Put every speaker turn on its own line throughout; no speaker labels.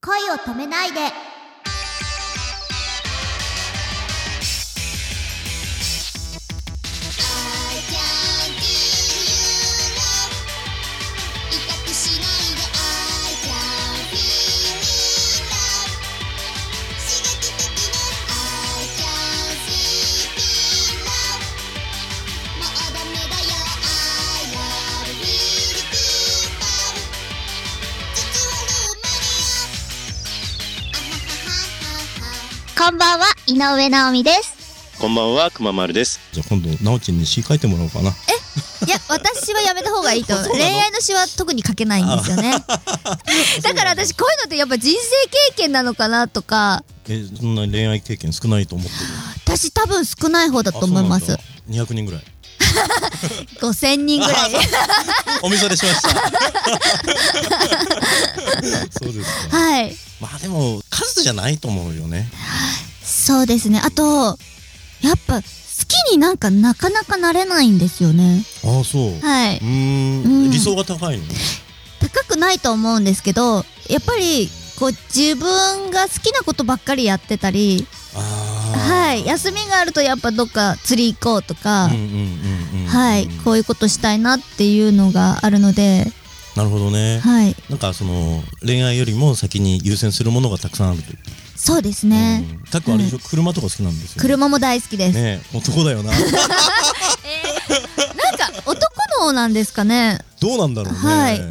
恋を止めないでこんばんは井上直美です
こんばんは、くままるです。
じゃあ今度、なおちんに詩書いてもらおうかな。
いや、私はやめた方がいいと思う。恋愛の詩は特に書けないんですよ ね。だから私、こういうのってやっぱ人生経験なのかなとか、
え、そんなに恋愛経験少ないと思ってる。
私多分少ない方だ と思います。
二百人ぐらい。
5000人ぐらい。
お見それし ました。そうですか。
はい。
まあでも数じゃないと思うよね。
そうですね。あと、やっぱ、好きになんかなかなかなれないんですよね。
ああそう。う
は
ー
い。
ん
うん
理想が高いの。
高くないと思うんですけど、やっぱり、こう、自分が好きなことばっかりやってたり、
ああ。
はい。休みがあるとやっぱどっか釣り行こうとか、
うんうんうんうん。
はい、こ
う
ういうことしたいなっていうのがあるので、
なるほどね。
はい、
なんかその恋愛よりも先に優先するものがたくさんあるという。
そうですね。
うん。たっくんあれでしょ車とか好きなんですよ。。
車も大好きです。
ねえ男だよな。
なんか男のなんですかね。
どうなんだろうね。
はい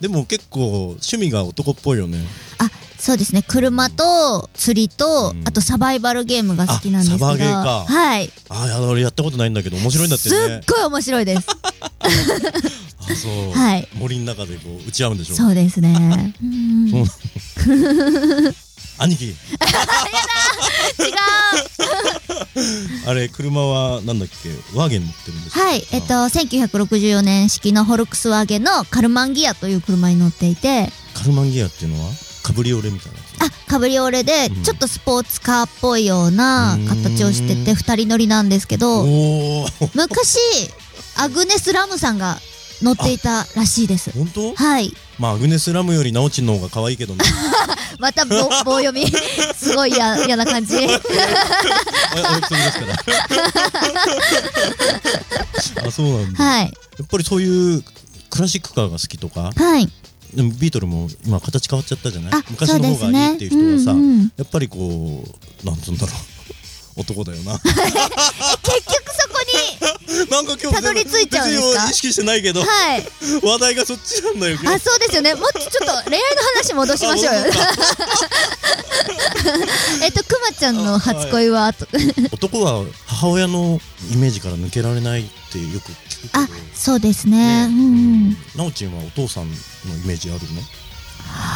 でも結構趣味が男っぽいよね。
あ、そうですね。車と釣りと、
うん
あとサバイバルゲームが好きなんですけど、
あサバゲーか
はい、
ああ、俺やったことないんだけど面白いんだって
すっ
ね。
ごい面白いです。
あそう、
はい
森の中でこう打ち合うんでしょ。
そうですね。うん
そう
違う。
兄貴、あれ車はなんだっけ、ワーゲン乗ってるんですか。
はい、えっと、1964年式のホルクスワーゲンのカルマンギアという車に乗っていて、
カルマンギアっていうのはカブリオレみたいなやつ。
あ、カブリオレで
うん、
ちょっとスポーツカーっぽいような形をして
う
て、
ん
二人乗りなんですけど、
おお、
昔、アグネス・ラムさんが乗っていたらしいです。
本当？
はい。
まあアグネスラムよりナオチンの方が可愛いけ どね。
ま た、ぼ棒読み。 すごい嫌、嫌な感じ。
俺俺一人で すから。あ、そうなんだ。
はい。
やっぱりそういうクラシックカーが好きとか、
はい。
でもビートルも今形変わっちゃったじゃない
あ、
昔
そ
の
うで
方
す
がいい
ね
っ。ていう
う
人がさ、
んうん
やっぱりこうなんつうんだろう 男だよ な
結局そこ
なんか今日
たどり着いちゃうんですか
別に意識してないけど
に、はい。
話題がそっちなんだよ今
あ、
日
そうですよね。もっとちょっと恋愛の話戻しましょう よ
あ。本
えっと、くまちゃんの初恋は、と
男は母親のイメージから抜けられないってよく聞くけど
あ、そうですね。うんうん。
なおちんはお父さんのイメージあるの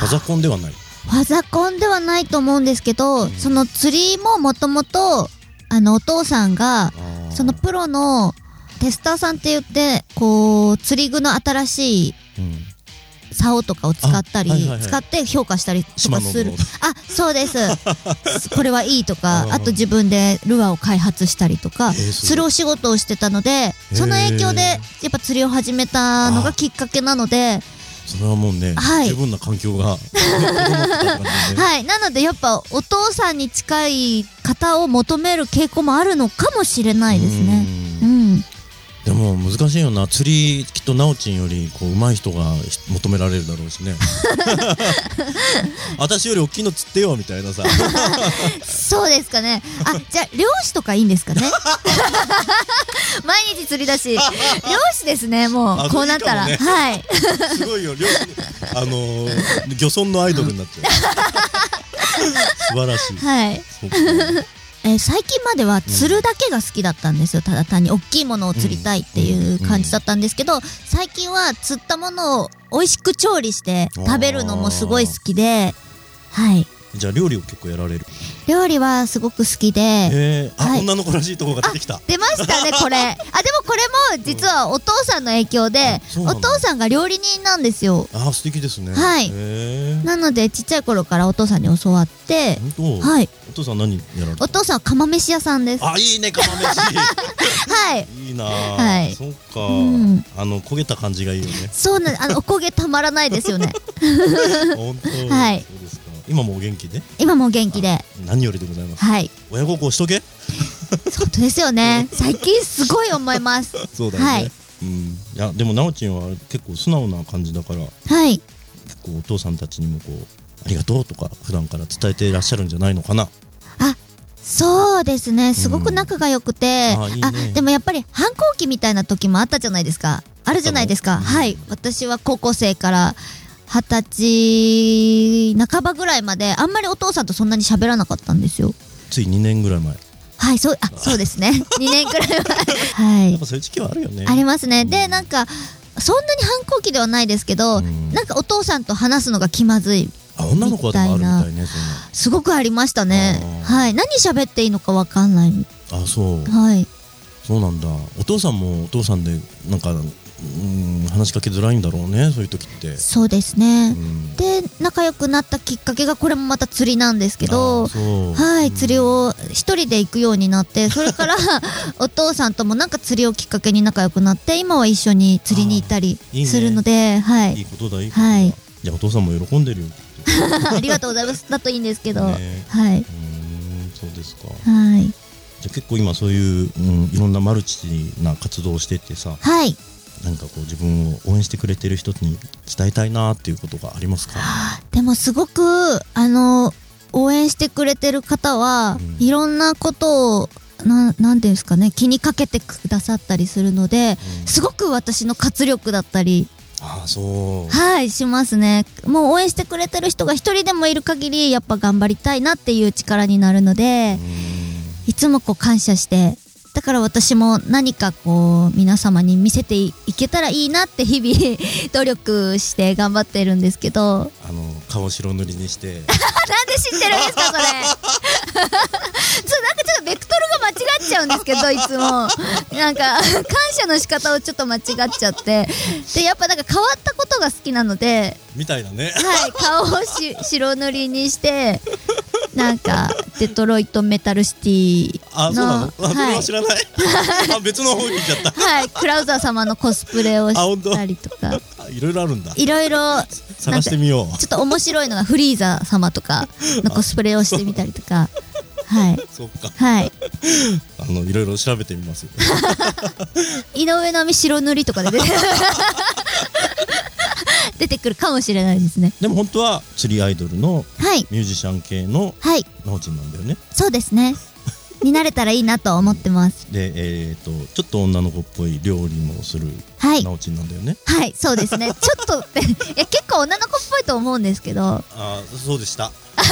マザコンではない
ファザコンではないと思うんですけど、
うん
その釣りももともと、あの、お父さんが、その、プロのテスターさんって言って、こう、釣り具の新しい
うん、
竿とかを使ったり、
あはいはいはい
使って評価したりと
島
か
の
する
もの。
あ、そうです。 これはいいと
うん
か、あと自分でルアーを開発したりとか、
えーすごい
釣るお仕事をしてたので、その影響で、
へー
やっぱ釣りを始めたのがきっかけなので、
それはもうね、
はい
十分な環 境が整ってたからね
はい。なので、やっぱ、お父さんに近い方を求める傾向もあるのかもしれないですね。
う
うんん。
でも難しいよな釣りきっとなおちんよりこう上手い人が求められるだろう しね私より大きいの釣ってよみたいなさ
そうですかね。あ、じゃあ、漁師とかいいん ですかね。毎日釣りだし、漁師ですね、も
あ
う。こうなったら。
いいか
はい。
すごいよ漁師あのー、漁村のアイドルになっちゃう素晴らしい
はい。
そっか
えー最近までは釣るだけが好きだったんですよ。ただ単に大きいものを釣りたいっていう感じだったんですけど、最近は釣ったものを美味しく調理して食べるのもすごい好きで、はい。
じゃあ料理を結構やられる
料理はすごく好きで、
えー、あ、
はい
女の子らしいとこが出てきた
出ました ね、これ。あ、でもこれも実はお父さんの影響で
あ、そう
お
なんだ
父さんが料理人なんですよ。
あ素敵ですね
はい
えー、
なので、ちっちゃい頃からお父さんに教わって、
本当、
はい。
お父さん何やられた
お父さんは釜飯屋さんです。は
あいいね釜 飯
い。
いいな
は
はいそっか、
うん
あの焦げた感じがいいよね
そうなん、あの、お焦げたまらないですよね。
本 当
はい
そうですか今もお元気で
今もう元気で。
何よりでございます
はい。
親孝行しと け
そうですよね。最近すごい思います。
そうだよね、
はい
うんいやでもなおちんは結構素直な感じだから
はい。
結構お父さんたちにもこうありがとうとか普段から伝えていらっしゃるんじゃないのかな
そうですね。すごく仲が良くて。
あいいね
でもやっぱり反抗期みたいな時もあったじゃないですか。あるじゃないですか。
あったの
はい。私は高校生から二十歳半ばぐらいまで、あんまりお父さんとそんなに喋らなかったんですよ。
つい2年ぐらい前
はい、そう、あ、そうですね。2年 くらい前。は
やっ
い。
ぱそういう時期はあるよね
ありますね。で、なんか、そんなに反抗期ではないですけど、
うん
なんかお父さんと話すのが気まずい
あ女の子はでもあるみたいねそ
すごくありましたね
あー。
はい。何喋っていいのかわかんない。
ういうのあそう
はい。
そうなんだお父さんもお父さんでなんかうん話しかけづらいんだろうねそういう時って
そうです
う
ね。
ん
で、仲良くなったきっかけが、これもまた釣りなんですけ
あ
ど、
そう
はい、釣りを一人で行くようになって、それから お父さんともなんか釣りをきっかけに仲良くなって、今は一緒に釣りに行ったり
あーいいね
するので、はい
い
い。
ことだいいことだ、、
はい い。
やお父さんも喜んでるよきっ
ありがとうございます。だといいんですけど、
と
は
ね
い。
うーんそうですか
はい。
じゃあ結構今そういう、うん、いろんなマルチな活動をしててさ
はい。
なんかこう自分を応援してくれてる人に伝えたいなっていうことがありますか
でもすごく、あの、応援してくれてる方は、
うん
いろんなことを、なん、なんていうんですかね、気にかけてくださったりするので、
うん
すごく私の活力だったり、
ああそう
はい、しますね。もう応援してくれてる人が一人でもいる限り、やっぱ頑張りたいなっていう力になるので
う、ん
いつもこう感謝して、だから私も何かこう、皆様に見せていいけたらいいなって日々努力して頑張ってるんですけど、
あの顔白塗りにして
なんで知ってるんですか、そ れ。そう、なんかちょっとベクトルが間違っちゃうんですけど、いつも。なんか、感謝の仕方をちょっと間違っちゃって。で、やっぱなんか変わったことが好きなので、
みたいなね
はい、顔をし白塗りにして、なんか、デトロイトメタルシティ
あそうなの
の
あ、それ
は
はい知。らない あ別の方に行っちゃっ
はい、クラウザー様のコスプレをしたりとか、
たあいろいろあるんだ
いろいろ、
探してみよう
ちょっと面白いのがフリーザ様とかのコスプレをしてみたりとか、はい、
そっか
はい。
あのいろいろ調べてみます
井上のみ白塗りとかで出 て出てくるかもしれないですね。
でも本当は釣りアイドルの
はい。
ミュージシャン系の
はい。
直人なんだよね
そうですね。になれたらいいなと思ってます。
でえっ、とちょっと女の子っぽい料理もする
はい。
直人なんだよね、
はい、そうです ね。ちょっと って、いや、結構女の子っぽいと思うんですけど。
ああそうでした
え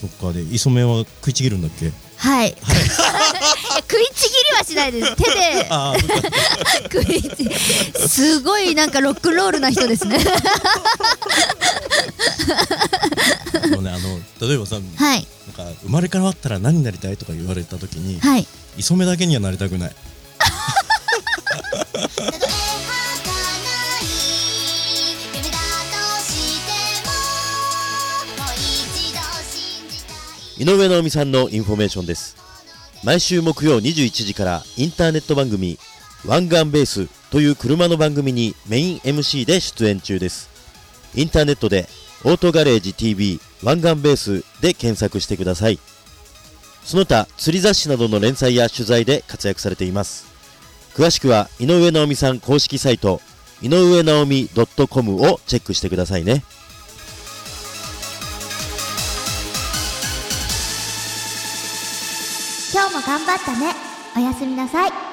そっかで磯目は食いちぎるんだっけ
はい。いや食いちぎりはしないです。手で
ああそっか
食いちすごいなんかロックンロールな人ですね。
あのねあの例えばさ、
はい。
なんか生まれ変わったら何になりたいとか言われた時に、
はい。
磯目だけにはなりたくない
井上直美さんのインフォメーションです毎週木曜21時からインターネット番組「ワンガンベース」という車の番組にメイン MC で出演中ですインターネットで「オートガレージ TV ワンガンベース」で検索してくださいその他釣り雑誌などの連載や取材で活躍されています詳しくは井上直美さん公式サイト井上直美 .com をチェックしてくださいね
今日も頑張ったねおやすみなさい